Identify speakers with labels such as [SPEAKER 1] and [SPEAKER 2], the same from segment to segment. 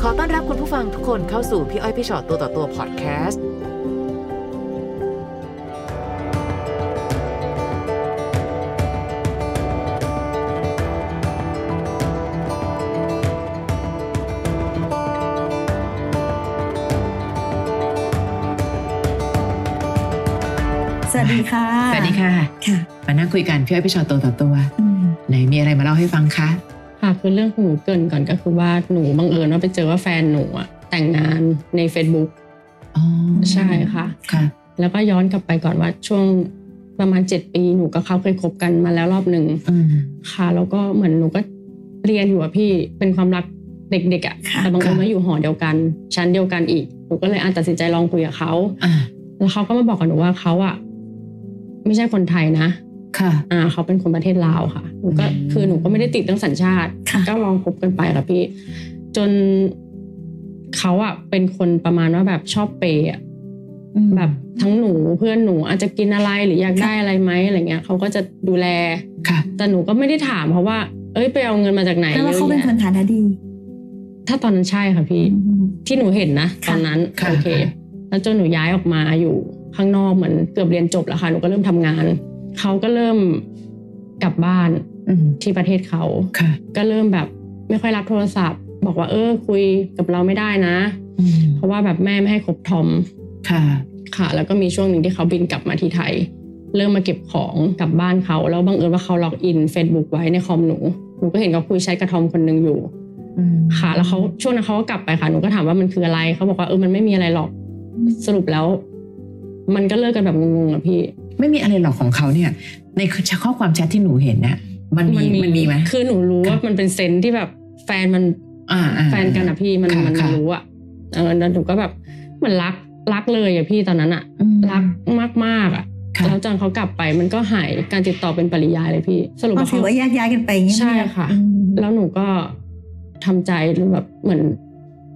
[SPEAKER 1] ขอต้อนรับคุณผู้ฟังทุกคนเข้าสู่พี่อ้อยพี่ชอตตัวต่อตัวพอดแคสต์
[SPEAKER 2] สวัสดีค่ะ
[SPEAKER 1] สวัสดีค่ะ
[SPEAKER 2] ค่ะ
[SPEAKER 1] มานั่งคุยกันพี่อ้อยพี่ชอตตัวต่อตัว
[SPEAKER 2] อืม
[SPEAKER 1] ไหนมีอะไรมาเล่าให้ฟังคะ
[SPEAKER 3] ค่ะคือเรื่องของหนูเกรินก่อนก็คือว่าหนูบังเอิญว่าไปเจอว่าแฟนหนูอะแต่งงานใน Facebook
[SPEAKER 1] อ๋อ
[SPEAKER 3] ใช่ค่ะ
[SPEAKER 1] ค่ะ
[SPEAKER 3] แล้วก็ย้อนกลับไปก่อนว่าช่วงประมาณ 7 ปีหนูกับเขาเคยคบกันมาแล้วรอบหนึ่ง
[SPEAKER 1] อืม
[SPEAKER 3] ค่ะ แล้วก็เหมือนหนูก็เรียนอยู่อะพี่เป็นความรักเด็กๆอะ
[SPEAKER 2] ค่ะ
[SPEAKER 3] แต่บางคน
[SPEAKER 1] ค่ะ
[SPEAKER 3] ก็อยู่หอเดียวกัน ชั้นเดียวกันอีกหนูก็เลยอาจตัดสินใจลองคุยกับเขา
[SPEAKER 1] อ่า
[SPEAKER 3] แล้วเขาก็มาบอกกับหนูว่าเขาอะไม่ใช่คนไทยนะ
[SPEAKER 1] ค่ะ
[SPEAKER 3] อ่าเขาเป็นคนประเทศลาวค่ะหนูก็
[SPEAKER 1] อืม
[SPEAKER 3] คือหนูก็ไม่ได้ติดเรื่องสัญชาติ
[SPEAKER 2] ค่ะ
[SPEAKER 3] ก็ลองคบกันไปค่ะพี่ จนเขาอะเป็นคนประมาณว่าแบบชอบเปย์อะ
[SPEAKER 1] อืม
[SPEAKER 3] แบบทั้งหนูเพื่อนหนูอาจจะกินอะไรหรืออยากได้อะไรไหมอะไรเงี้ยเขาก็จะดูแล
[SPEAKER 1] ค่ะ
[SPEAKER 3] แต่หนูก็ไม่ได้ถามเพราะว่า เอ้ยไปเอาเงินมาจากไหน
[SPEAKER 2] แล้วเขา
[SPEAKER 3] ยอะ
[SPEAKER 2] เป็น
[SPEAKER 3] แยะ
[SPEAKER 2] คนฐานะดี
[SPEAKER 3] ถ้าตอนนั้นใช่ค่ะพี่
[SPEAKER 2] อืม
[SPEAKER 3] ที่หนูเห็นนะต
[SPEAKER 2] ค่ะ
[SPEAKER 3] อนนั้น
[SPEAKER 1] ค่ะ
[SPEAKER 3] โอเค
[SPEAKER 1] ค่ะ
[SPEAKER 3] แล้วจนหนูย้ายออกมาอยู่ข้างนอกเหมือนเกือบเรียนจบแล้วค่ะหนูก็เริ่มทำงานเขาก็เริ่มกลับบ้าน
[SPEAKER 1] อืม
[SPEAKER 3] ที่ประเทศเขา
[SPEAKER 1] ค่ะ
[SPEAKER 3] ก็เริ่มแบบไม่ค่อยรับโทรศัพท์ บอกว่าเออ คุยกับเราไม่ได้นะ
[SPEAKER 1] อืม
[SPEAKER 3] เพราะว่าแบบแม่ไม่ให้คบทอม
[SPEAKER 1] ค่ะ
[SPEAKER 3] ค่ะ แล้วก็มีช่วงหนึ่งที่เขาบินกลับมาที่ไทย เริ่มมาเก็บของกลับบ้านเขา แล้วบังเอิญว่าเขาล็อกอิน Facebook ไว้ในคอมหนู หนูก็เห็นเขาคุยแชทกับทอมคนหนึ่งอยู่
[SPEAKER 1] อืม
[SPEAKER 3] ค่ะ แล้วเขาช่วงนั้นเขาก็กลับไปค่ะ หนูก็ถามว่ามันคืออะไร เขาบอกว่าเออ มันไม่มีอะไรหรอก สรุปแล้ว มันก็เลิกกันแบบงงๆอะพี่
[SPEAKER 1] ไม่มีอะไรหรอกของเขาเนี่ย ในข้อความแชทที่หนูเห็นน่ะมันมีมันมีไหม
[SPEAKER 3] คือหนูรู้ว่า
[SPEAKER 1] ค่ะ
[SPEAKER 3] มันเป็นเซนส์ที่แบบแฟนมัน
[SPEAKER 1] อ่าอ่า
[SPEAKER 3] แฟนกันอะพี่มัน
[SPEAKER 1] ค่ะ
[SPEAKER 3] มัน
[SPEAKER 1] ค่ะ
[SPEAKER 3] รู้อะเออแล้วหนูก็แบบเหมือนรักรักเลยอะพี่ตอนนั้นอะ
[SPEAKER 1] อืม
[SPEAKER 3] รักมากมากๆอะ
[SPEAKER 1] ค่ะ
[SPEAKER 3] แล้วจนเขากลับไปมันก็หายการติดต่อเป็นปริยายเลยพี่ สรุป
[SPEAKER 2] ก็
[SPEAKER 3] ว่า
[SPEAKER 2] ถื
[SPEAKER 3] เขา
[SPEAKER 2] อว่าแยกย้ายกันไปอย่างเงี้ย
[SPEAKER 3] ใช่ค่ะ
[SPEAKER 2] อืม
[SPEAKER 3] แล้วหนูก็ทำใจแบบเหมือน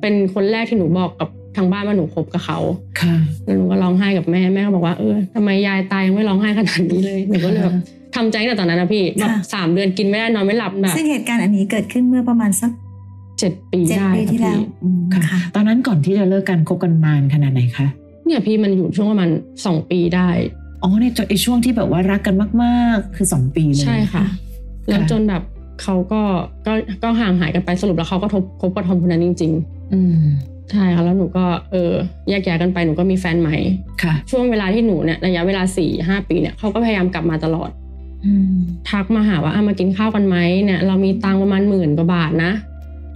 [SPEAKER 3] เป็นคนแรกที่หนูบอกกับทางบ้านว่าหนูคบกับเขา
[SPEAKER 1] ค่ะ
[SPEAKER 3] แล้วหนูก็ร้องไห้กับแม่แม่ก็บอกว่าเออทำไมยายตายยังไม่ร้องไห้ขนาดนี้เลยหนูก็เลยแบบทำใจตั้งแต่ตอนนั้นนะพี่แบบสามเดือนกินไม่ได้นอนไม่หลับแบบ
[SPEAKER 2] ซึ่งเหตุการณ์อันนี้เกิดขึ้นเมื่อประมาณสัก
[SPEAKER 3] เจ็ดปี
[SPEAKER 2] เจ็ด
[SPEAKER 3] ได้
[SPEAKER 2] ปี
[SPEAKER 3] ค่ะ
[SPEAKER 2] ที่แล้ว
[SPEAKER 3] พี่
[SPEAKER 2] อืม
[SPEAKER 1] ค่ะ
[SPEAKER 2] ค่ะ
[SPEAKER 1] ตอนนั้นก่อนที่จะเลิกกันคบกันนานขนาดไหนคะ
[SPEAKER 3] เนี่ยพี่มันอยู่ช่วงประมาณสองปีได้
[SPEAKER 1] อ๋อในจนไอ้ช่วงที่แบบว่ารักกันมาก ๆ คือสองปีเลย
[SPEAKER 3] ใช่ค่ะ
[SPEAKER 2] ค่ะ
[SPEAKER 3] แล้วจนแบบเขาก็ก็ก็ห่างหายกันไปสรุปแล้วเขาก็ทบคบกับทอมคนนั้นจริง
[SPEAKER 1] อืม
[SPEAKER 3] ๆ ใช่ค่ะแล้วหนูก็เออแยกย้ายกันไปหนูก็มีแฟนใหม่
[SPEAKER 1] ค่ะ
[SPEAKER 3] ช่วงเวลาที่หนูเนี่ยระยะเวลา4ี่หปีเนี่ยเขาก็พยายามกลับมาตลอด
[SPEAKER 1] อืม
[SPEAKER 3] ทักมาหาว่าอ่ะมากินข้าวกันไหมเนี่ยเรามีตังค์ประมาณหมื่นกว่าบาทนะ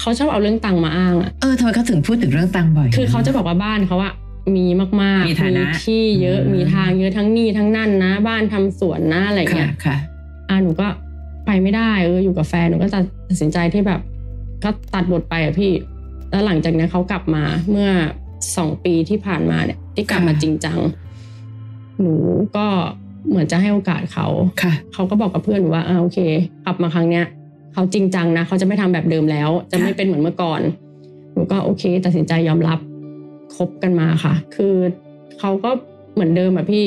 [SPEAKER 3] เขาชอบเอาเรื่องตังค์มาอ้างอ่ะ
[SPEAKER 1] เออทำไมเขาถึงพูดถึงเรื่องตังค์บ่อย
[SPEAKER 3] คือเขาจะบอกว่าบ้านเขาอะมีมาก
[SPEAKER 1] มี
[SPEAKER 3] ๆ
[SPEAKER 1] ฐานะ
[SPEAKER 3] ที่เยอะ
[SPEAKER 1] อืม
[SPEAKER 3] มีทางเยอะทั้งนี่ทั้งนั่นนะ บ้านทำสวนนะอะไรอย่าง
[SPEAKER 1] ค่ะ
[SPEAKER 3] เงี้ย
[SPEAKER 1] ค่ะ
[SPEAKER 3] อ่ะหนูก็ไปไม่ได้เอออยู่กับแฟนหนูก็ตัดสินใจที่แบบ ก็ตัดบทไปอะพี่ แล้วหลังจากนั้นเขากลับมาเมื่อสองปีที่ผ่านมาเนี่ย ที่กลับมา
[SPEAKER 1] ค่ะ
[SPEAKER 3] จริงจัง หนูก็เหมือนจะให้โอกาสเขา
[SPEAKER 1] ค่ะ
[SPEAKER 3] เขาก็บอกกับเพื่อนหนูว่าอ่าโอเคกลับมาครั้งเนี้ยเขาจริงจังนะเขาจะไม่ทำแบบเดิมแล้ว จะไม่
[SPEAKER 2] ค่ะ
[SPEAKER 3] เป็นเหมือนเมื่อก่อน หนูก็โอเค ตัดสินใจยอมรับคบกันมาค่ะ คือเขาก็เหมือนเดิมอะพี่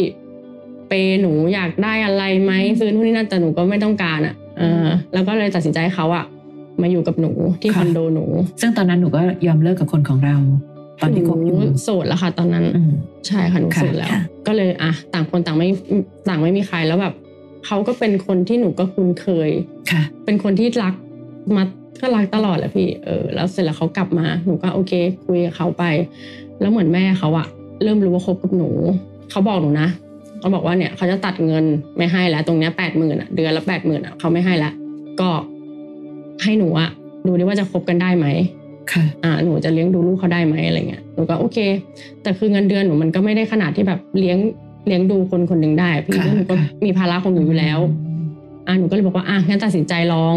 [SPEAKER 3] เปย์หนูอยากได้อะไรไหมซื้อนู่นนี่นั่นแต่หนูก็ไม่ต้องการอะเออ แล้วก็เลยตัดสินใจให้เขาอะมาอยู่กับหนูที่
[SPEAKER 1] ค่ะ
[SPEAKER 3] คอนโดหนู
[SPEAKER 1] ซึ่งตอนนั้นหนูก็ยอมเลิกกับคนของเรา ตอนที่คบอยู่
[SPEAKER 3] หนูโสดแล้วค่ะ ตอนนั้น
[SPEAKER 1] อืม
[SPEAKER 3] ใช่ค่ะหนู
[SPEAKER 1] ค่ะ
[SPEAKER 3] โสดแล้ว
[SPEAKER 2] ค่ะ
[SPEAKER 3] ก็เลยอ่ะต่างคนต่างไม่ต่างไม่มีใครแล้วแบบเขาก็เป็นคนที่หนูก็คุ้นเคย
[SPEAKER 1] ค่ะ
[SPEAKER 3] เป็นคนที่รักมาก็รักตลอดแหละพี่ เออ แล้วเสร็จแล้วเขากลับมา หนูก็โอเค คุยกับเขาไป แล้วเหมือนแม่เขาอะเริ่มรู้ว่าคบกับหนู เขาบอกหนูนะเขาบอกว่าเนี่ยเขาจะตัดเงินไม่ให้แล้ว ตรงเนี้ยแปดหมื่นอะเดือนละแปดหมื่นอะเขาไม่ให้ละก็ให้หนูอะดูดิว่าจะคบกันได้ไหม
[SPEAKER 1] ค่ะ
[SPEAKER 3] อ่าหนูจะเลี้ยงดูลูกเขาได้ไหมอะไรเงี้ยหนูก็โอเค แต่คือเงินเดือนหนูมันก็ไม่ได้ขนาดที่แบบเลี้ยงเลี้ยงดูคนคนหนึ่งได้อะพี่
[SPEAKER 1] ค่ะ
[SPEAKER 3] แล้วหนูก็
[SPEAKER 1] ค่ะ
[SPEAKER 3] มีภาระของหนูอยู่แล้ว อ่ะหนูก็เลยบอกว่าอ่ะงั้นตัดสินใจลอง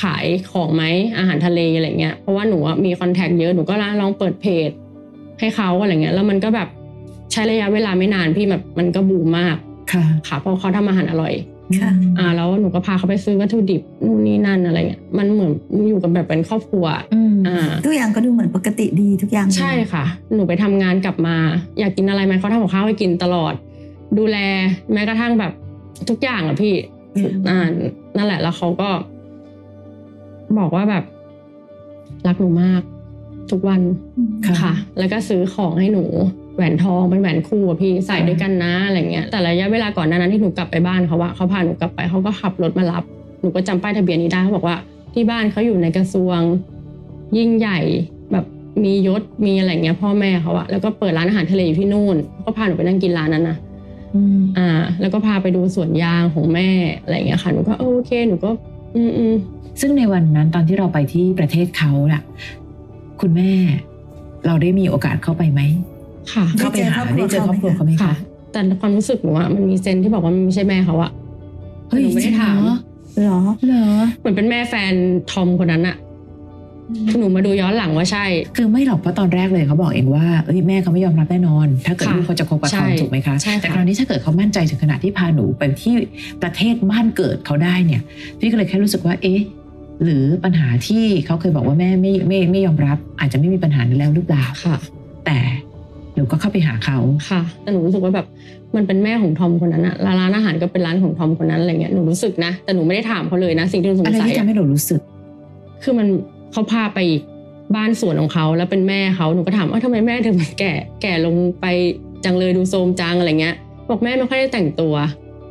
[SPEAKER 3] ขายของไหมอาหารทะเลอะไรเงี้ยเพราะว่าหนูอะมีคอนแทคเยอะหนูก็ลองเปิดเพจให้เขาอะไรเงี้ย แล้วมันก็แบบใช้ระยะเวลาไม่นานพี่แบบมันก็บูมมาก
[SPEAKER 1] ค่ะ
[SPEAKER 3] ค่ะเพราะเขาทำอาหารอร่อย
[SPEAKER 2] ค่ะ
[SPEAKER 3] อ่า แล้วหนูก็พาเขาไปซื้อวัตถุดิบนู่นนี่นั่นอะไรเงี้ยมันเหมือนอยู่กันแบบเป็นครอบครัว
[SPEAKER 1] อืม
[SPEAKER 3] อ่า
[SPEAKER 2] ทุกอย่างก็ดูเหมือนปกติดีทุกอย่าง
[SPEAKER 3] ใช่ค่ะ หนูไปทำงานกลับมา อยากกินอะไรไหมเขาทำกับข้าวให้กินตลอด ดูแลแม้กระทั่งแบบทุกอย่างอะพี่ อ่านั่นแหละแล้วเขาก็ บอกว่าแบบ รักหนูมาก ทุกวัน
[SPEAKER 1] ค่ะ
[SPEAKER 3] ค่ะ แล้วก็ซื้อของให้หนูแหวนทองเป็นแหวนคู่อะพี่ใส่
[SPEAKER 1] ค่ะ
[SPEAKER 3] ด้วยกันนะอะไรเงี้ย แต่ระยะเวลาก่อนหนานั้นที่หนูกลับไปบ้านเขาว่าเขาพาหนูกลับไปเขาก็ขับรถมารับ หนูก็จำป้ายทะเบียนนี้ได้เขาบอกว่า ที่บ้านเขาอยู่ในกระทรวง ยิ่งใหญ่แบบมียศมีอะไรเงี้ยพ่อแม่เขาอะแล้วก็เปิดร้านอาหารทะเลอยู่ที่นู่นเขาก็พาหนูไปนั่งกินร้านนั้นนะ อ่า แล้วก็พาไปดูสวนยางของแม่อะไรเงี้ยค่ะ หนูก็เออโอเค หนูก็ อืมอืม
[SPEAKER 1] ซึ่งในวันนั้นตอนที่เราไปที่ประเทศเขาล่ะ คุณแม่ เราได้มีโอกาสเข้าไปไหม
[SPEAKER 3] ค่ะ
[SPEAKER 2] ได้
[SPEAKER 1] เขาไป
[SPEAKER 2] เจอ
[SPEAKER 1] หา
[SPEAKER 2] ครอบ
[SPEAKER 1] ได้
[SPEAKER 2] ครัว
[SPEAKER 1] เจอครอบครัว
[SPEAKER 2] เขา
[SPEAKER 1] เขา
[SPEAKER 2] ไห
[SPEAKER 1] ไห
[SPEAKER 2] ม
[SPEAKER 1] ม
[SPEAKER 3] ค่ะ
[SPEAKER 1] คะ
[SPEAKER 3] แต่ความรู้สึกหนูอะมันมีเซนที่บอกว่ามันไม่ใช่แม่เขาอะ
[SPEAKER 1] เฮ้ย
[SPEAKER 3] หนูไม่ได้ถาม
[SPEAKER 1] จริงเหรอ
[SPEAKER 2] เหรอ
[SPEAKER 1] เหรอ
[SPEAKER 3] เหมือนเป็นแม่แฟนทอมคนนั้นอะหนูมาดูย้อนหลังว่าใช่
[SPEAKER 1] คือไม่หรอกเพราะตอนแรกเลยเขาบอกเองว่าเอ้ยแม่เขาไม่ยอมรับแน่นอน ถ้าเกิด
[SPEAKER 3] ค่ะ
[SPEAKER 1] ลูกเขาจะคบกับท
[SPEAKER 3] ใช่
[SPEAKER 1] อมถูกไหมคะ
[SPEAKER 3] ใช่ค่ะ
[SPEAKER 1] แต่คราวนี้ถ้าเกิดเขามั่นใจถึงขนาดที่พาหนูไปที่ประเทศบ้านเกิดเขาได้เนี่ย พี่ก็เลยแค่รู้สึกว่า เอ๊ะ หรือปัญหาที่เขาเคยบอกว่าแม่ไม่ไม่ไม่ยอมรับ อาจจะไม่มีปัญหานี้แล้วหรือเปล่า
[SPEAKER 3] ค่ะ
[SPEAKER 1] แต่หนูก็เข้าไปหาเขา
[SPEAKER 3] ค่ะ แต่หนูรู้สึกว่าแบบมันเป็นแม่ของทอมคนนั้นอะร้านอาหารก็เป็นร้านของทอมคนนั้นอะไรเงี้ย หนูรู้สึกนะ แต่หนูไม่ได้ถามเขาเลยนะ สิ่งที่หนูสง
[SPEAKER 1] อะไร
[SPEAKER 3] สัย
[SPEAKER 1] ที่
[SPEAKER 3] อะ
[SPEAKER 1] ทำให้หนูรู้สึก
[SPEAKER 3] คือมันเขาพาไปบ้านสวนของเขาแล้วเป็นแม่เขาหนูก็ถามว่าทำไมแม่ถึงแก่ แก่ลงไปจังเลยดูโทรมจังอะไรเงี้ย บอกแม่ไม่ค่อยได้แต่งตัว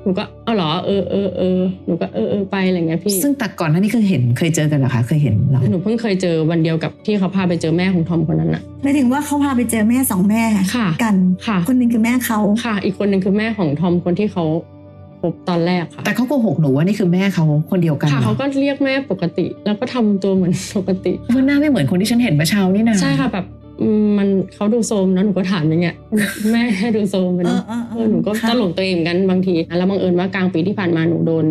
[SPEAKER 3] หนูก็เอาเหรอ เออเออเออหนูก็เออเออไปอะไรเงี้ยพี่
[SPEAKER 1] ซึ่งแต่ก่อนหน้านี้คือเห็นเคยเจอกันเหรอคะเคยเห็นเหรอ
[SPEAKER 3] หนูเพิ่งเคยเจอวันเดียวกับที่เขาพาไปเจอแม่ของทอมคนนั้นอะ
[SPEAKER 2] ไม่ถึงว่าเขาพาไปเจอแม่สองแม่
[SPEAKER 3] ค่ะ
[SPEAKER 2] กัน
[SPEAKER 3] ค่ะ
[SPEAKER 2] คนหนึ่งคือแม่เขา
[SPEAKER 3] ค่ะ อีกคนหนึ่งคือแม่ของทอมคนที่เขาพบตอนแรกค่ะ
[SPEAKER 1] แต่เขาโกหกหนูว่านี่คือแม่เขาคนเดียวกัน
[SPEAKER 3] ค่ะ
[SPEAKER 1] เหร
[SPEAKER 3] เขา
[SPEAKER 1] อ
[SPEAKER 3] ก็เรียกแม่ปกติ แล้วก็ทำตัวเหมือนปกติ
[SPEAKER 1] คือหน้าไม่เหมือนคนที่ฉันเห็นเมื่อเช้านี่นะ
[SPEAKER 3] ใช่ค่ะแบบอืมมันเขาดูโซมนะหนูก็ถามอย่างเงี้ยแม่ให้ดูโซมไป
[SPEAKER 2] เออ
[SPEAKER 3] เนาะ
[SPEAKER 2] เออเอ
[SPEAKER 3] เอ
[SPEAKER 2] อ
[SPEAKER 3] อหนูก็
[SPEAKER 2] ค่ะ
[SPEAKER 3] ตลกตัวเองเหมือนกันบางทีแล้วบังเอิญว่ากลางปีที่ผ่านมาหนูโดน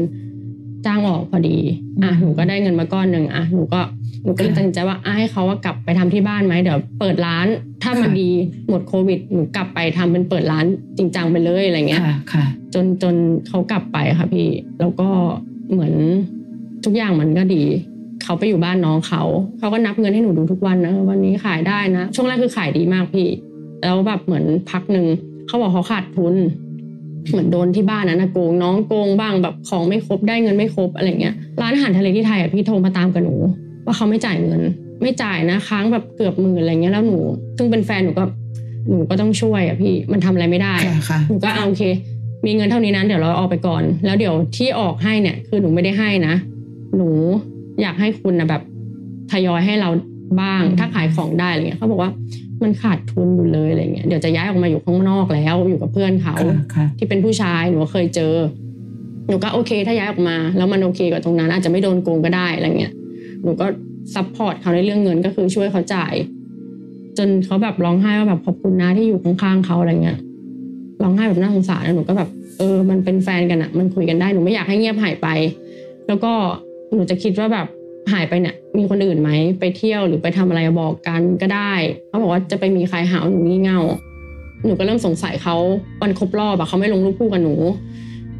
[SPEAKER 3] จ้างออกพอดีอ่ะหนูก็ได้เงินมาก้อนหนึ่งอ่ะหนูก็หนูก็เลยตัดสินใจว่าอ่ะให้เขาว่ากลับไปทำที่บ้านไหมเดี๋ยวเปิดร้าน ถ้ามันดีหมดโควิดหนูกลับไปทำเป็นเปิดร้านจริงจังไปเลยอะไรเงี้ย
[SPEAKER 1] ค่ะค่ะ
[SPEAKER 3] จนจนเขากลับไปค่ะพี่ แล้วก็เหมือนทุกอย่างมันก็ดี เขาไปอยู่บ้านน้องเขา เขาก็นับเงินให้หนูดูทุกวันนะวันนี้ขายได้นะ ช่วงแรกคือขายดีมากพี่ แล้วแบบเหมือนพักหนึ่งเขาบอกเขาขาดทุน เหมือนโดนที่บ้านนั้นนะโกงน้องโกงบ้างแบบของไม่ครบได้เงินไม่ครบอะไรเงี้ยร้านอาหารทะเลที่ไทยอ่ะพี่โทรมาตามกับหนู ว่าเขาไม่จ่ายเงิน ไม่จ่ายนะค้างแบบเกือบหมื่นอะไรเงี้ยแล้วหนู ซึ่งเป็นแฟนหนูก็หนูก็ต้องช่วยอ่ะพี่มันทำอะไรไม่ได้
[SPEAKER 1] ค่ะค่ะ
[SPEAKER 3] หนูก็เอาโอเค มีเงินเท่านี้นั้นเดี๋ยวเราออกไปก่อน แล้วเดี๋ยวที่ออกให้เนี่ยคือหนูไม่ได้ให้นะ หนูอยากให้คุณนะแบบทยอยให้เราบ้าง
[SPEAKER 1] อืม
[SPEAKER 3] ถ้าขายของได้อะไรเงี้ยเขาบอกว่ามันขาดทุนอยู่เลยอะไรเงี้ยเดี๋ยวจะย้ายออกมาอยู่ข้างนอกแล้ว อยู่กับเพื่อนเขา
[SPEAKER 1] ค่ะค่ะ
[SPEAKER 3] ที่เป็นผู้ชายหนูก็เคยเจอ หนูก็โอเค ถ้าย้ายออกมา แล้วมันโอเคกับตรงนั้น อาจจะไม่โดนโกงก็ได้อะไรเงี้ยหนูก็ซัพพอร์ตเขาในเรื่องเงินก็คือช่วยเขาจ่าย จนเขาแบบร้องไห้ว่าแบบขอบคุณนะที่อยู่ข้างๆเขาอะไรเงี้ยร้องไห้แบบน่าสงสารแล้วหนูก็แบบเออ มันเป็นแฟนกันอะมันคุยกันได้หนูไม่อยากให้เงียบหายไป แล้วก็หนูจะคิดว่าแบบหายไปเนี่ย มีคนอื่นไหมไปเที่ยวหรือไปทำอะไรบอกกันก็ได้เขาบอกว่าจะไปมีใครหาว่าหนูงี่เง่า หนูก็เริ่มสงสัยเขาวันครบรอบอะเขาไม่ลงรูปคู่กับหนู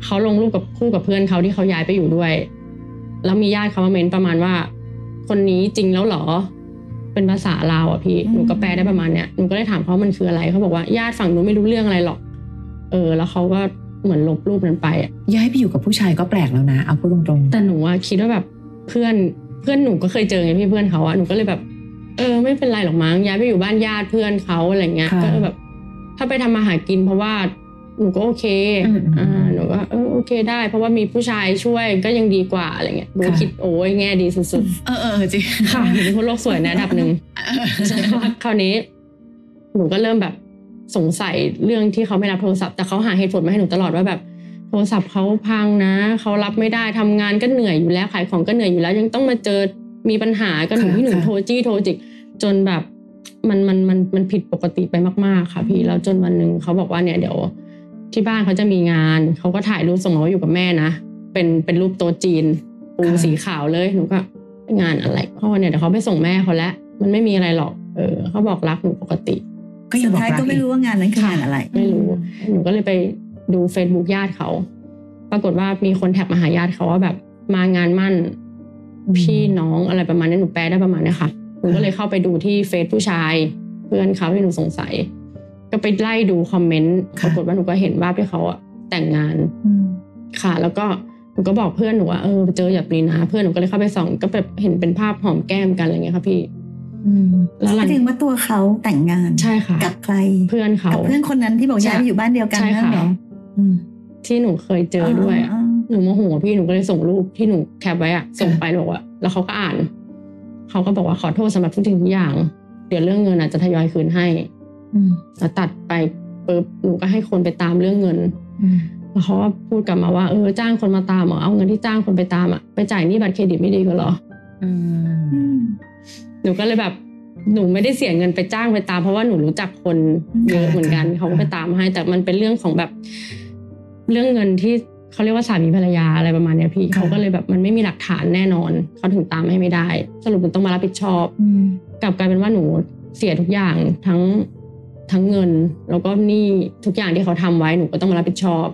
[SPEAKER 3] เขาลงรูปกับคู่กับเพื่อนเขาที่เขาย้ายไปอยู่ด้วย แล้วมีญาติเขามาเมนประมาณว่า คนนี้จริงแล้วเหรอ เป็นภาษาลาวอะพี่
[SPEAKER 2] อืม
[SPEAKER 3] หนูก็แปลได้ประมาณเนี้ยหนูก็เลยถามเขามันคืออะไรเขาบอกว่าญาติฝั่งหนูไม่รู้เรื่องอะไรหรอก เออ แล้วเขาก็เหมือนลบรูปนั้นไปอะ
[SPEAKER 1] ย้ายไปอยู่กับผู้ชายก็แปลกแล้วนะ เอาพูดตรงๆ
[SPEAKER 3] แต่หนูอะคิดว่าแบบเพื่อนเพื่อนหนูก็เคยเจอไงพี่เพื่อนเขาอะหนูก็เลยแบบ เออ ไม่เป็นไรหรอกมั้งย้ายไปอยู่บ้านญาติเพื่อนเขาอะไรเงี้ย
[SPEAKER 1] ค่ะ
[SPEAKER 3] ก็แบบ ถ้าไปทำมาหากินเพราะว่าหนูก็โอเค
[SPEAKER 1] อืมอืม
[SPEAKER 3] หนูก็เออโอเคได้ เพราะว่ามีผู้ชายช่วยก็ยังดีกว่าอะไรเงี้ยหนูก็
[SPEAKER 1] ค่ะ
[SPEAKER 3] คิดโอ้ยแง่ดีสุด
[SPEAKER 1] เออเออจริง
[SPEAKER 3] ๆค่ะห นูเป็นคนโลกสวยในระดับหนึ่ง ใช่ค่ะ คราวนี้ หนูก็เริ่มแบบสงสัยเรื่องที่เขาไม่รับโทรศัพท์แต่เขาหาเหตุผลมาให้หนูตลอดว่าแบบ โทรศัพท์เขาพังนะเขารับไม่ได้ทำงานก็เหนื่อยอยู่แล้วขายของก็เหนื่อยอยู่แล้ว ยังต้องมาเจอมีปัญหากันหนูที่หนูโทรจี้โทรจิก จนแบบมันมันมันมันผิดปกติไปมาก ๆ ค่ะพี่แล้วจนวันหนึ่งเขาบอกว่าเนี่ยเดี๋ยวที่บ้านเขาจะมีงานเขาก็ถ่ายรูปส่งมาว่าอยู่กับแม่นะเป็นเป็นรูปโตัวจีนปูสีขาวเลยหนูก็งานอะไรเขาบอกเนี่ยเดี๋ยวเขาไปส่งแม่เขาแล้วมันไม่มีอะไรหรอก เออเขาบอกรักหนูปกติ
[SPEAKER 1] ก็ยัง
[SPEAKER 2] สุด
[SPEAKER 1] บอก
[SPEAKER 2] ท้ายก็ไม่รู้ว่างานนั้นคืองานอะไร
[SPEAKER 3] ไม่รู้ หนูก็เลยไปดู Facebook ญาติเขา ปรากฏว่ามีคนแท็กมาหาญาติเขาว่าแบบมางานมั่น พี่น้องอะไรประมาณนี้หนูแปลได้ประมาณเนี้ยค่ะ หนูก็เลยเข้าไปดูที่เฟซผู้ชาย เพื่อนเขาที่หนูสงสัย ก็ไปไล่ดูคอมเมนต์
[SPEAKER 1] ค่ะ
[SPEAKER 3] ปรากฏว่าหนูก็เห็นว่าพี่เขาอะแต่งงาน
[SPEAKER 2] อืม
[SPEAKER 3] ค่ะ แล้วก็หนูก็บอกเพื่อนหนูว่าเออเจอแบบนี้นะ เพื่อนหนูก็เลยเข้าไปส่องก็แบบเห็นเป็นภาพหอมแก้มกันอะไรเงี้ยค่ะพี่
[SPEAKER 2] อืม
[SPEAKER 3] แล้วหลัง
[SPEAKER 2] แสดงว่าตัวเขาแต่งงาน
[SPEAKER 3] ใช่ค่ะ
[SPEAKER 2] กับใคร
[SPEAKER 3] เพื่อนเขา
[SPEAKER 2] กับเพื่อนคนนั้นที่บอก
[SPEAKER 3] ใช่
[SPEAKER 2] ย้ายไปอยู่บ้านเดียวกัน
[SPEAKER 3] ใช่
[SPEAKER 2] นั่น
[SPEAKER 3] ค่ะ
[SPEAKER 2] เหรอ
[SPEAKER 3] ที่หนูเคยเจอด้วยอะ
[SPEAKER 2] า
[SPEAKER 3] หนูโมโหพี่หนูก็เลยส่งรูปที่หนูแคปไว้อะส่งไปแล้วบอกว่าแล้วเขาก็อ่าน เขาก็บอกว่าขอโทษสำหรับทุกสิ่งทุกอย่าง เดี๋ยวเรื่องเงินอาจจะทยอยคืนให้แล้วตัดไปปุ๊บหนูก็ให้คนไปตามเรื่องเงิน แล้วเขาก็พูดกลับมาว่าเออจ้างคนมาตามเหรอเอาเงินที่จ้างคนไปตามอะไปจ่ายหนี้บัตรเครดิตไม่ดีกว่าเหรอ
[SPEAKER 2] อืม
[SPEAKER 3] หนูก็เลยแบบหนูไม่ได้เสียเงินไปจ้างไปตาม เพราะว่าหนูรู้จักคนเยอะเหมือนกัน
[SPEAKER 1] ค่ะ
[SPEAKER 3] เขาก็ไปตามให้ แต่มันเป็นเรื่องของแบบ เรื่องเงินที่เขาเรียกว่าสามีภรรยาอะไรประมาณเนี้ยพี่เขาก็เลยแบบมันไม่มีหลักฐานแน่นอนเขาถึงตามให้ไม่ได้ สรุปหนูต้องมารับผิดชอบ กลับกลายเป็นว่าหนูเสียทุกอย่างทั้งทั้งเงิน แล้วก็หนี้ทุกอย่างที่เขาทำไว้หนูก็ต้องมารับผิดชอบ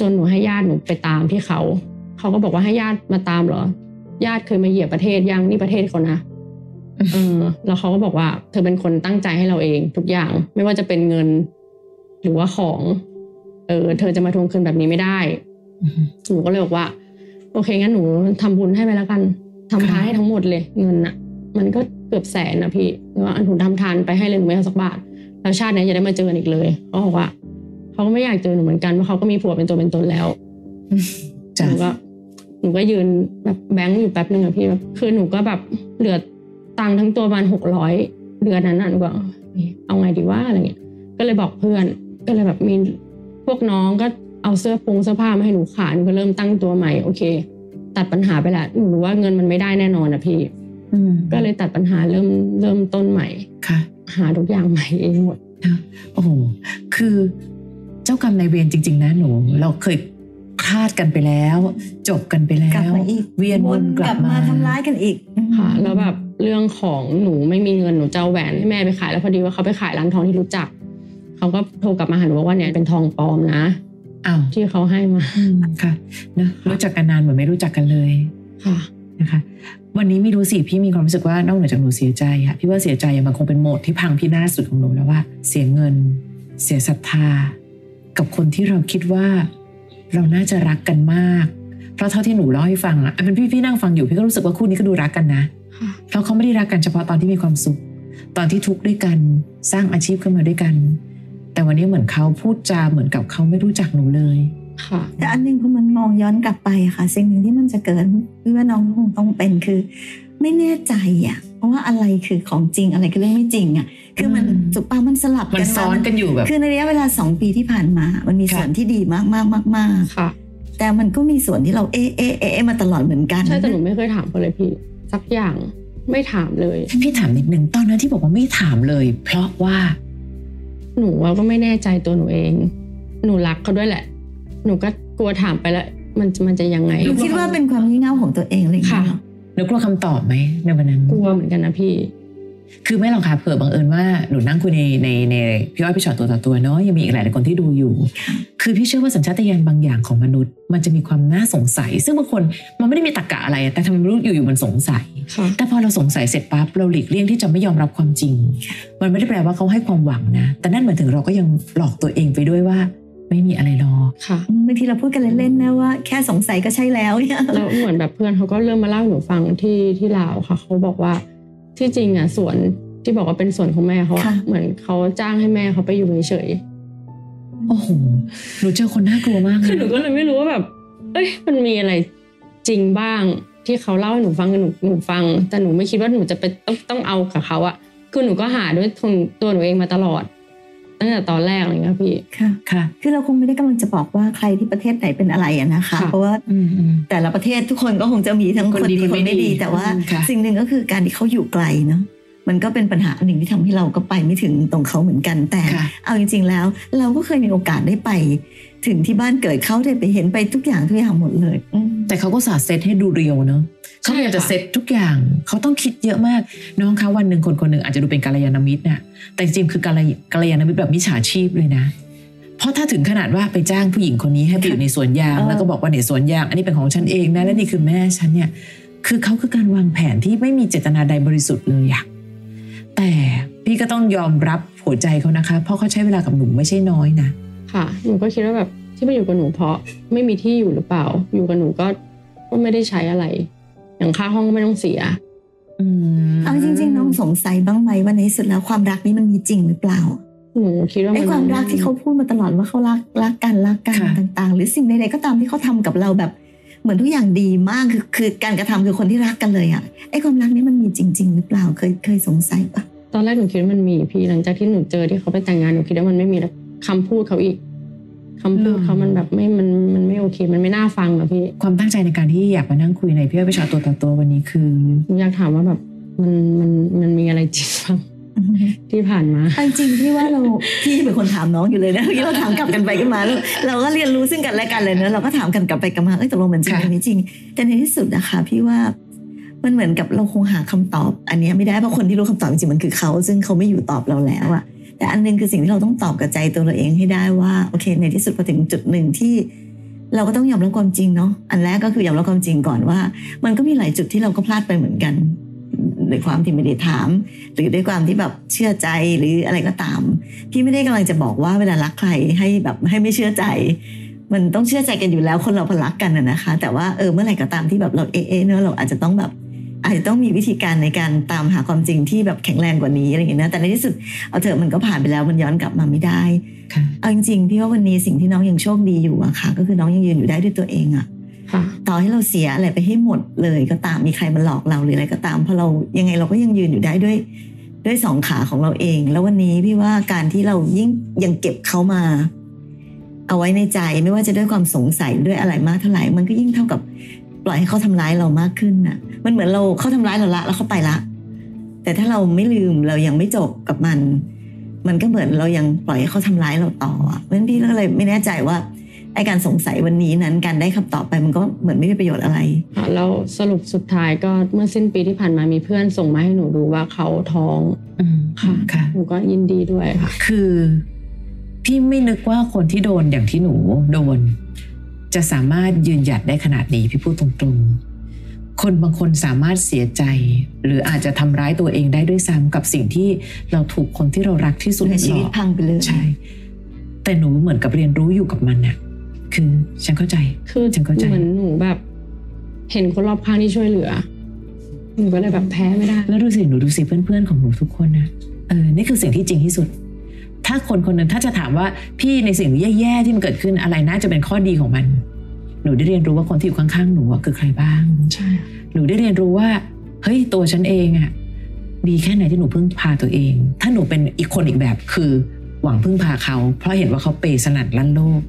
[SPEAKER 3] จนหนูให้ญาติหนูไปตามพี่เขา เขาก็บอกว่าให้ญาติมาตามเหรอ ญาติเคยมาเหยียบประเทศยังนี่ประเทศเขานะเออ แล้วเขาก็บอกว่าเธอเป็นคนตั้งใจให้เราเอง ทุกอย่างไม่ว่าจะเป็นเงิน หรือว่าของ เออ เธอจะมาทวงคืนแบบนี้ไม่ได้ หนูก็เลยบอกว่า โอเคงั้นหนูทำบุญให้ไปแล้วกันทำทานให้ทั้งหมดเลย เงินอะมันก็เกือบแสนนะพี่หนูว่าหนูทำทานไปให้เลยหนูไม่เอาสักบาทแล้วชาตินี้จะได้มาเจอกันอีกเลยเขาบอกว่าเขาก็ไม่อยากเจอหนูเหมือนกันเพราะเขาก็มีผัวเป็นตัวเป็นตนแล้ว
[SPEAKER 1] จ้ะ
[SPEAKER 3] หนูก็หนูก็ยืนแบบแบงค์อยู่แป๊บนึงอะพี่แบบคือหนูก็แบบเหลือตังค์ทั้งตัวประมาณหกร้อยเดือนนั้นน่ะหนูก็เอาไงดีว่าอะไรเงี้ย ก็เลยบอกเพื่อนก็เลยแบบมีพวกน้องก็เอาเสื้อปรงเสื้อผ้ามาให้หนูขายหนูก็เริ่มตั้งตัวใหม่โอเค ตัดปัญหาไปละหนูรู้ว่าเงินมันไม่ได้แน่นอนอะพี่ ก็เลยตัดปัญหาเริ่มเริ่มต้นใหม่
[SPEAKER 1] ค่ะ
[SPEAKER 3] หาทุกอย่างใหม่เองหมด
[SPEAKER 1] โอ้โห คือเจ้ากรรมนายเวรจริง ๆ นะหนู เราเคยคลาดกันไปแล้ว จบกันไปแล้
[SPEAKER 2] กลับ
[SPEAKER 1] ว
[SPEAKER 2] มาอีก
[SPEAKER 1] เวียนวนกลับมา
[SPEAKER 2] ทำร้ายกันอีก
[SPEAKER 3] ค่ะ แล้วแบบเรื่องของหนูไม่มีเงินหนูจะเอาแหวนให้แม่ไปขายแล้วพอดีว่าเขาไปขายร้านทองที่รู้จักเขาก็โทรกลับมาหาหนูบอกว่าเนี่ยเป็นทองปลอมนะ
[SPEAKER 1] อ้าว
[SPEAKER 3] ที่เขาให้มา
[SPEAKER 1] อืมค่ะนะรู้จักกันนานเหมือนไม่รู้จักกันเลย
[SPEAKER 3] ค่ะ
[SPEAKER 1] นะคะ วันนี้ไม่รู้สิพี่มีความรู้สึกว่านอกเหนือจากหนูเสียใจอะพี่ว่าเสียใจอะมันคงเป็นโหมดที่พังพินาศสุดของหนูแล้วว่า เสียเงิน เสียศรัทธา กับคนที่เราคิดว่า เราน่าจะรักกันมาก เพราะเท่าที่หนูเล่าให้ฟังอะเป็นพี่พี่นั่งฟังอยู่พี่ก็รู้สึกว่าคู่นี้ก็ดูรักกันนะ
[SPEAKER 3] ค่ะ
[SPEAKER 1] เพราะเขาไม่ได้รักกันเฉพาะตอนที่มีความสุข ตอนที่ทุกข์ด้วยกันสร้างอาชีพขึ้นมาด้วยกัน แต่วันนี้เหมือนเขาพูดจาเหมือนกับเขาไม่รู้จักหนูเลย
[SPEAKER 3] ค่ะ
[SPEAKER 2] แต่อันหนึงพอมันมองย้อนกลับไปอะค่ะ สิ่งหนึ่งที่มันจะเกิดพี่ว่าน้องคงต้องเป็นคือ ไม่แน่ใจอ่ะว่าอะไรคือของจริงอะไรคือเรื่องไม่จริงอ่ะ คือมัน
[SPEAKER 1] อืม
[SPEAKER 2] สุปามันสลับ
[SPEAKER 1] มัน
[SPEAKER 2] กัา
[SPEAKER 1] ซ้อนกันอยู่แบบ
[SPEAKER 2] คือในระยะเวลาสองปีที่ผ่านมา มันมี
[SPEAKER 1] ค่ะ
[SPEAKER 2] ส่วนที่ดีมากมากมากมาก
[SPEAKER 3] ค่ะ
[SPEAKER 2] ๆแต่มันก็มีส่วนที่เราเอ๊ะเอ๊ะเอ๊ะเอ๊ะมาตลอดเหมือนกัน
[SPEAKER 3] ใช่แต่หนูไม่เคยถามเขาเลยพี่ สักอย่างไม่ถามเลย
[SPEAKER 1] พี่ถามนิดนึงตอนนั้นที่บอกว่าไม่ถามเลย เพราะว่า
[SPEAKER 3] หนูว่าก็ไม่แน่ใจตัวหนูเอง หนูรักเขาด้วยแหละ หนูก็กลัวถามไปแล้ว มันจะมันจะยังไง
[SPEAKER 2] หนูคิดว่าเป็นความงี่เง่าของตัวเองอะไรอย่างเงี้ย
[SPEAKER 3] ค่ะ
[SPEAKER 1] หนูกลัวคำตอบไหมในวันนั้น
[SPEAKER 3] กลัวเหมือนกันนะพี่
[SPEAKER 1] คือไม่หรอกค่ะเผื่อบังเอิญว่าหนูนั่งคุยในในในพี่อ้อยพี่ชอตตัวต่อตัวเนาะยังมีอีกหลายๆคนที่ดูอยู่ คือพี่เชื่อว่าสัญชาตญาณบางอย่างของมนุษย์ มันจะมีความน่าสงสัย ซึ่งบางคนมันไม่ได้มีตรรกะอะไรอะแต่ทำไมไม่รู้อยู่ๆมันสงสัย
[SPEAKER 3] ค่ะ
[SPEAKER 1] แต่พอเราสงสัยเสร็จปั๊บเราหลีกเลี่ยงที่จะไม่ยอมรับความจริง มันไม่ได้แปลว่าเขาให้ความหวังนะ แต่นั่นหมายถึงเราก็ยังหลอกตัวเองไปด้วยว่า ไม่มีอะไรหรอก
[SPEAKER 3] ค่ะ
[SPEAKER 2] บางทีเราพูดกันเล่นๆนะว่าแค่สงสัยก็ใช่แล้วเนี่ย
[SPEAKER 3] แล้วเหมือนแบบเพื่อนเขาก็เริ่มมาเล่าให้หนูฟังที่ที่ลาวค่ะ เขาบอกว่าที่จริงอ่ะสวนที่บอกว่าเป็นสวนของแม่เขาอะ
[SPEAKER 2] ค่ะ
[SPEAKER 3] เหมือนเขาจ้างให้แม่เขาไปอยู่เฉย
[SPEAKER 1] โอ้โหหนูเจอคนน่ากลัวมาก
[SPEAKER 3] ๆ
[SPEAKER 1] เล
[SPEAKER 3] คือย หนูก็เลยไม่รู้ว่าแบบ เอ้ยมันมีอะไรจริงบ้างที่เขาเล่าให้หนูฟังหนูหนูฟัง แต่หนูไม่คิดว่าหนูจะไปต้องต้องเอากับเขาอะคือหนูก็หาด้วยตัวตัวหนูเองมาตลอด ตั้งแต่ตอนแรกอะไรเงี้ยพี่
[SPEAKER 2] ค่ะ
[SPEAKER 1] ค่ะ
[SPEAKER 2] คือเราคงไม่ได้กำลังจะบอกว่าใครที่ประเทศไหนเป็นอะไรอะนะคะ
[SPEAKER 3] ค่ะ
[SPEAKER 2] เพราะว่า
[SPEAKER 1] อืมอืม
[SPEAKER 2] แต่ละประเทศทุกคนก็คงจะมีทั้ง
[SPEAKER 1] ค
[SPEAKER 2] คน น
[SPEAKER 1] ดี
[SPEAKER 2] ดี
[SPEAKER 1] คน
[SPEAKER 2] คน
[SPEAKER 1] ไม่
[SPEAKER 2] ไม่
[SPEAKER 1] ดี
[SPEAKER 2] ดี แต่ว่า
[SPEAKER 1] อืมค่ะ
[SPEAKER 2] สิ่งหนึ่งก็คือการที่เขาอยู่ไกลเนาะมันก็เป็นปัญหาหนึ่งที่ทำให้เราก็ไปไม่ถึงตรงเขาเหมือนกันแต่
[SPEAKER 1] ค่ะ
[SPEAKER 2] เอาจริง ๆ แล้ว เราก็เคยมีโอกาสได้ไป ถึงที่บ้านเกิดเขาได้ไปเห็นไปทุกอย่างทุกอย่างหมดเลยอืม
[SPEAKER 1] แต่เขาก็สาดเซตให้ดูเรียวเนอะ
[SPEAKER 3] ใช่
[SPEAKER 1] เขาพยายามจะ
[SPEAKER 3] ค่ะ
[SPEAKER 1] เซตทุกอย่าง เขาต้องคิดเยอะมาก น้องคะวันหนึ่งคนคนหนึ่งอาจจะดูเป็นกัลยาณมิตรน่ะ แต่จริงๆคือกัลยกัลยาณมิตรแบบมิจฉาชีพเลยนะ เพราะถ้าถึงขนาดว่าไปจ้างผู้หญิงคนนี้ให้ไปอยู่ในสวนยาง
[SPEAKER 2] เออ
[SPEAKER 1] แล้วก็บอกว่าในสวนยาง อันนี้เป็นของฉันเองนะ และนี่คือแม่ฉันเนี่ย คือเขาคือการวางแผนที่ไม่มีเจตนาใดบริสุทธิ์เลยอะแต่พี่ก็ต้องยอมรับหัวใจเขานะคะ เพราะเขาใช้เวลากับหนูไม่ใช่น้อยนะ
[SPEAKER 3] ค่ะ หนูก็คิดว่าแบบที่มาอยู่กับหนูเพราะไม่มีที่อยู่หรือเปล่า อยู่กับหนูก็ก็ไม่ได้ใช้อะไร อย่างค่าห้องก็ไม่ต้องเสีย
[SPEAKER 1] อืม
[SPEAKER 2] เอาจริงๆน้อง สงสัยบ้างไหมว่าในที่สุดแล้วความรักนี้มันมีจริงหรือเปล่า
[SPEAKER 3] หนูคิดว่า
[SPEAKER 2] ไอ้
[SPEAKER 3] น
[SPEAKER 2] ความรักที่เขาพูดมาตลอดว่าเขารักรักกันรักกัน
[SPEAKER 1] ค่ะ
[SPEAKER 2] ต่าง ๆ หรือสิ่งใดๆก็ตามที่เขาทำกับเราแบบ เหมือนทุกอย่างดีมากคือคือการกระทำคือคนที่รักกันเลยอะไอ้ความรักนี้มันมีจริง ๆ หรือเปล่าเคยเคยสงสัยปะ
[SPEAKER 3] ตอนแรกหนูคิดว่ามันมีพี่หลังจากที่หนูเจอที่เขาไปแต่งงานหนูคิดว่ามันไม่มีแล้วคำพูดเขาอีกคำพูดเขามันแบบไม่ มันมันไม่โอเค มันไม่น่าฟังอะพี่
[SPEAKER 1] ความตั้งใจในการที่อยากมานั่งคุยในพี่อ้อยประชาตัวต่อตัววันนี้คือ
[SPEAKER 3] หนูอยากถามว่าแบบมันมันมันมีอะไรจริงบ้างที่ผ่านมา
[SPEAKER 2] เอาจริงๆพี่ว่าเรา พี่เป็นคนถามน้องอยู่เลยนะเมื่อกี้เราถามกลับกันไปกันมาแล้วเราก็เรียนรู้ซึ่งกันและกันเลยนะเราก็ถามกันกลับไปกันมาเอ้ยตกลงมันจริงหรือไม่จริง แต่ในที่สุดนะคะพี่ว่ามันเหมือนกับเราคงหาคำตอบ อันเนี้ยไม่ได้เพราะคนที่รู้คำตอบจริงๆมันคือเขา ซึ่งเขาไม่อยู่ตอบเราแล้วอะแต่อันหนึงคือสิ่งที่เราต้องตอบกับใจตัวเราเองให้ได้ว่าโอเค ในที่สุดพอถึงจุดหนึ่งที่ เราก็ต้องยอมรับความจริงเนาะอันแรกก็คือยอมรับความจริงก่อนว่า มันก็มีหลายจุดที่เราก็พลาดไปเหมือนกันด้วยความที่ไม่ได้ถาม หรือด้วยความที่แบบเชื่อใจหรืออะไรก็ตาม พี่ไม่ได้กำลังจะบอกว่าเวลารักใครให้แบบให้ไม่เชื่อใจ มันต้องเชื่อใจกันอยู่แล้วคนเราพอรักกันนะนะคะ แต่ว่าเออเมื่อไหร่ก็ตามที่แบบเราเอะๆเนอะเราอาจจะต้องแบบอาจจะต้องมีวิธีการในการตามหาความจริงที่แบบแข็งแรงกว่านี้อะไรอย่างเงี้ยนะแต่ในที่สุดเอาเถอะมันก็ผ่านไปแล้วมันย้อนกลับมาไม่ได้
[SPEAKER 1] ค่ะ
[SPEAKER 2] เอาจริงๆพี่ว่าวันนี้สิ่งที่น้องยังโชคดีอยู่อะค่ะ ก็คือน้องยังยืนอยู่ได้ด้วยตัวเองอะ
[SPEAKER 3] ค่ะ
[SPEAKER 2] ต่อให้เราเสียอะไรไปให้หมดเลยก็ตามมีใครมาหลอกเราหรืออะไรก็ตามเพราะเรายังไงเราก็ยังยืนอยู่ได้ด้วยด้วยสองขาของเราเอง แล้ววันนี้พี่ว่าการที่เรายิ่งยังเก็บเขามา เอาไว้ในใจไม่ว่าจะด้วยความสงสัยด้วยอะไรมากเท่าไหร่ มันก็ยิ่งเท่ากับปล่อยให้เขาทำร้ายเรามากขึ้นน่ะ มันเหมือนเราเขาทำร้ายเราละแล้วเขาไปละ แต่ถ้าเราไม่ลืมเรายังไม่จบกับมัน มันก็เหมือนเรายังปล่อยให้เขาทำร้ายเราต่ออะเพราะฉะนั้นพี่ก็เลยไม่แน่ใจว่า ไอการสงสัยวันนี้นั้นการได้คำตอบไปมันก็เหมือนไม่มีประโยชน์อะไร
[SPEAKER 3] ค่ะแล้วสรุปสุดท้ายก็เมื่อสิ้นปีที่ผ่านมามีเพื่อนส่งมาให้หนูดูว่าเขาท้อง
[SPEAKER 1] อืม
[SPEAKER 3] ค่ะ
[SPEAKER 1] ค่ะ
[SPEAKER 3] หนูก็ยินดีด้วยค่ะ
[SPEAKER 1] คือพี่ไม่นึกว่าคนที่โดนอย่างที่หนูโดน จะสามารถยืนหยัดได้ขนาดนี้พี่พูดตรงๆ คนบางคนสามารถเสียใจ หรืออาจจะทำร้ายตัวเองได้ด้วยซ้ำกับสิ่งที่เราถูกคนที่เรารักที่สุด
[SPEAKER 2] คือชีวิต
[SPEAKER 1] หลอก
[SPEAKER 2] พังไปเลย
[SPEAKER 1] ใช่ แต่หนูเหมือนกับเรียนรู้อยู่กับมันน่ะ คือฉันเข้าใจ
[SPEAKER 3] คือ
[SPEAKER 1] ฉันเข้าใจ
[SPEAKER 3] เหมือนหนูแบบ เห็นคนรอบข้างที่ช่วยเหลือ หนูก็เลยแบบแพ้ไม่ได้
[SPEAKER 1] แล้วดูสิหนูดูสิเพื่อนๆของหนูทุกคนนะเออนี่คือสิ่งที่จริงที่สุด ถ้าคนคนหนึ่งถ้าจะถามว่าพี่ในสิ่งแย่ๆที่มันเกิดขึ้นอะไรน่าจะเป็นข้อดีของมัน หนูได้เรียนรู้ว่าคนที่อยู่ข้างๆหนูอะคือใครบ้าง
[SPEAKER 3] ใช่ค่ะ
[SPEAKER 1] หนูได้เรียนรู้ว่าเฮ้ยตัวฉันเองอะดีแค่ไหนที่หนูพึ่งพาตัวเอง ถ้าหนูเป็นอีกคนอีกแบบคือหวังพึ่งพาเขา เพราะเห็นว่าเขาเปย์สนัดลั่นโลก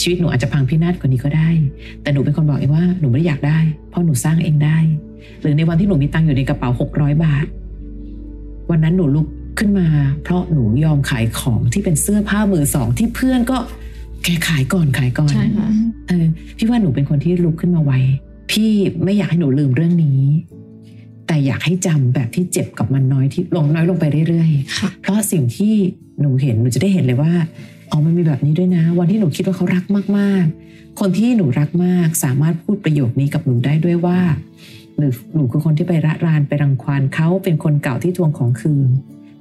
[SPEAKER 1] ชีวิตหนูอาจจะพังพินาศกว่านี้ก็ได้ แต่หนูเป็นคนบอกเองว่าหนูไม่ได้อยากได้ เพราะหนูสร้างเองได้ หรือในวันที่หนูมีตังค์อยู่ในกระเป๋า600 บาท วันนั้นหนูลุกขึ้นมา เพราะหนูยอมขายของที่เป็นเสื้อผ้ามือสองที่เพื่อนก็แกขายก่อนขายก่อน
[SPEAKER 3] ใช่ค่ะ
[SPEAKER 1] เออพี่ว่าหนูเป็นคนที่ลุกขึ้นมาไวพี่ไม่อยากให้หนูลืมเรื่องนี้ แต่อยากให้จำแบบที่เจ็บกับมันน้อยที่ลงน้อยลงไปเรื่อย
[SPEAKER 3] ค่ะ
[SPEAKER 1] ๆ เพราะสิ่งที่หนูเห็นหนูจะได้เห็นเลยว่าอ๋อมันมีแบบนี้ด้วยนะ วันที่หนูคิดว่าเขารักมากๆ คนที่หนูรักมากสามารถพูดประโยคนี้กับหนูได้ด้วยว่าหนูหนูคือคนที่ไประรานไปรังควานเขาเป็นคนเก่าที่ทวงของคืน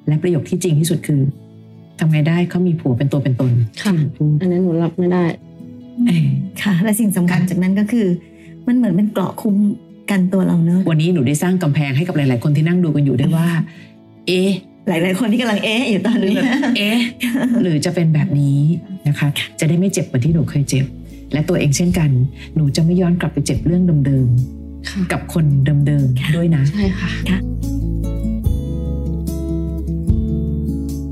[SPEAKER 1] และประโยคที่จริงที่สุดคือทำไงได้เขามีผัวเป็นตัวเป็นตน
[SPEAKER 3] ค่ะ
[SPEAKER 1] ที่หนูพูด
[SPEAKER 3] อันนั้นหนูรับไม่ได้
[SPEAKER 1] เออ
[SPEAKER 2] ค่ะ และสิ่งสำคัญจากนั้นก็คือ มันเหมือนเป็นเกราะคุ้มกันตัวเราเนอะ
[SPEAKER 1] วันนี้หนูได้สร้างกำแพงให้กับหลาย ๆ คนที่นั่งดูกันอยู่ได้วยว่า เอ๊ะ
[SPEAKER 2] หลาย ๆ คนที่กำลังเอ๊ะอยู่ตอนนี้
[SPEAKER 1] เอ๊ะ หรือจะเป็นแบบนี้นะคะ จะได้ไม่เจ็บเหมือนที่หนูเคยเจ็บ และตัวเองเช่นกัน หนูจะไม่ย้อนกลับไปเจ็บเรื่องเดิม
[SPEAKER 3] ค่ะ
[SPEAKER 1] ๆ กับคนเดิม ๆ ด้วยนะ
[SPEAKER 3] ใช่ค่ะ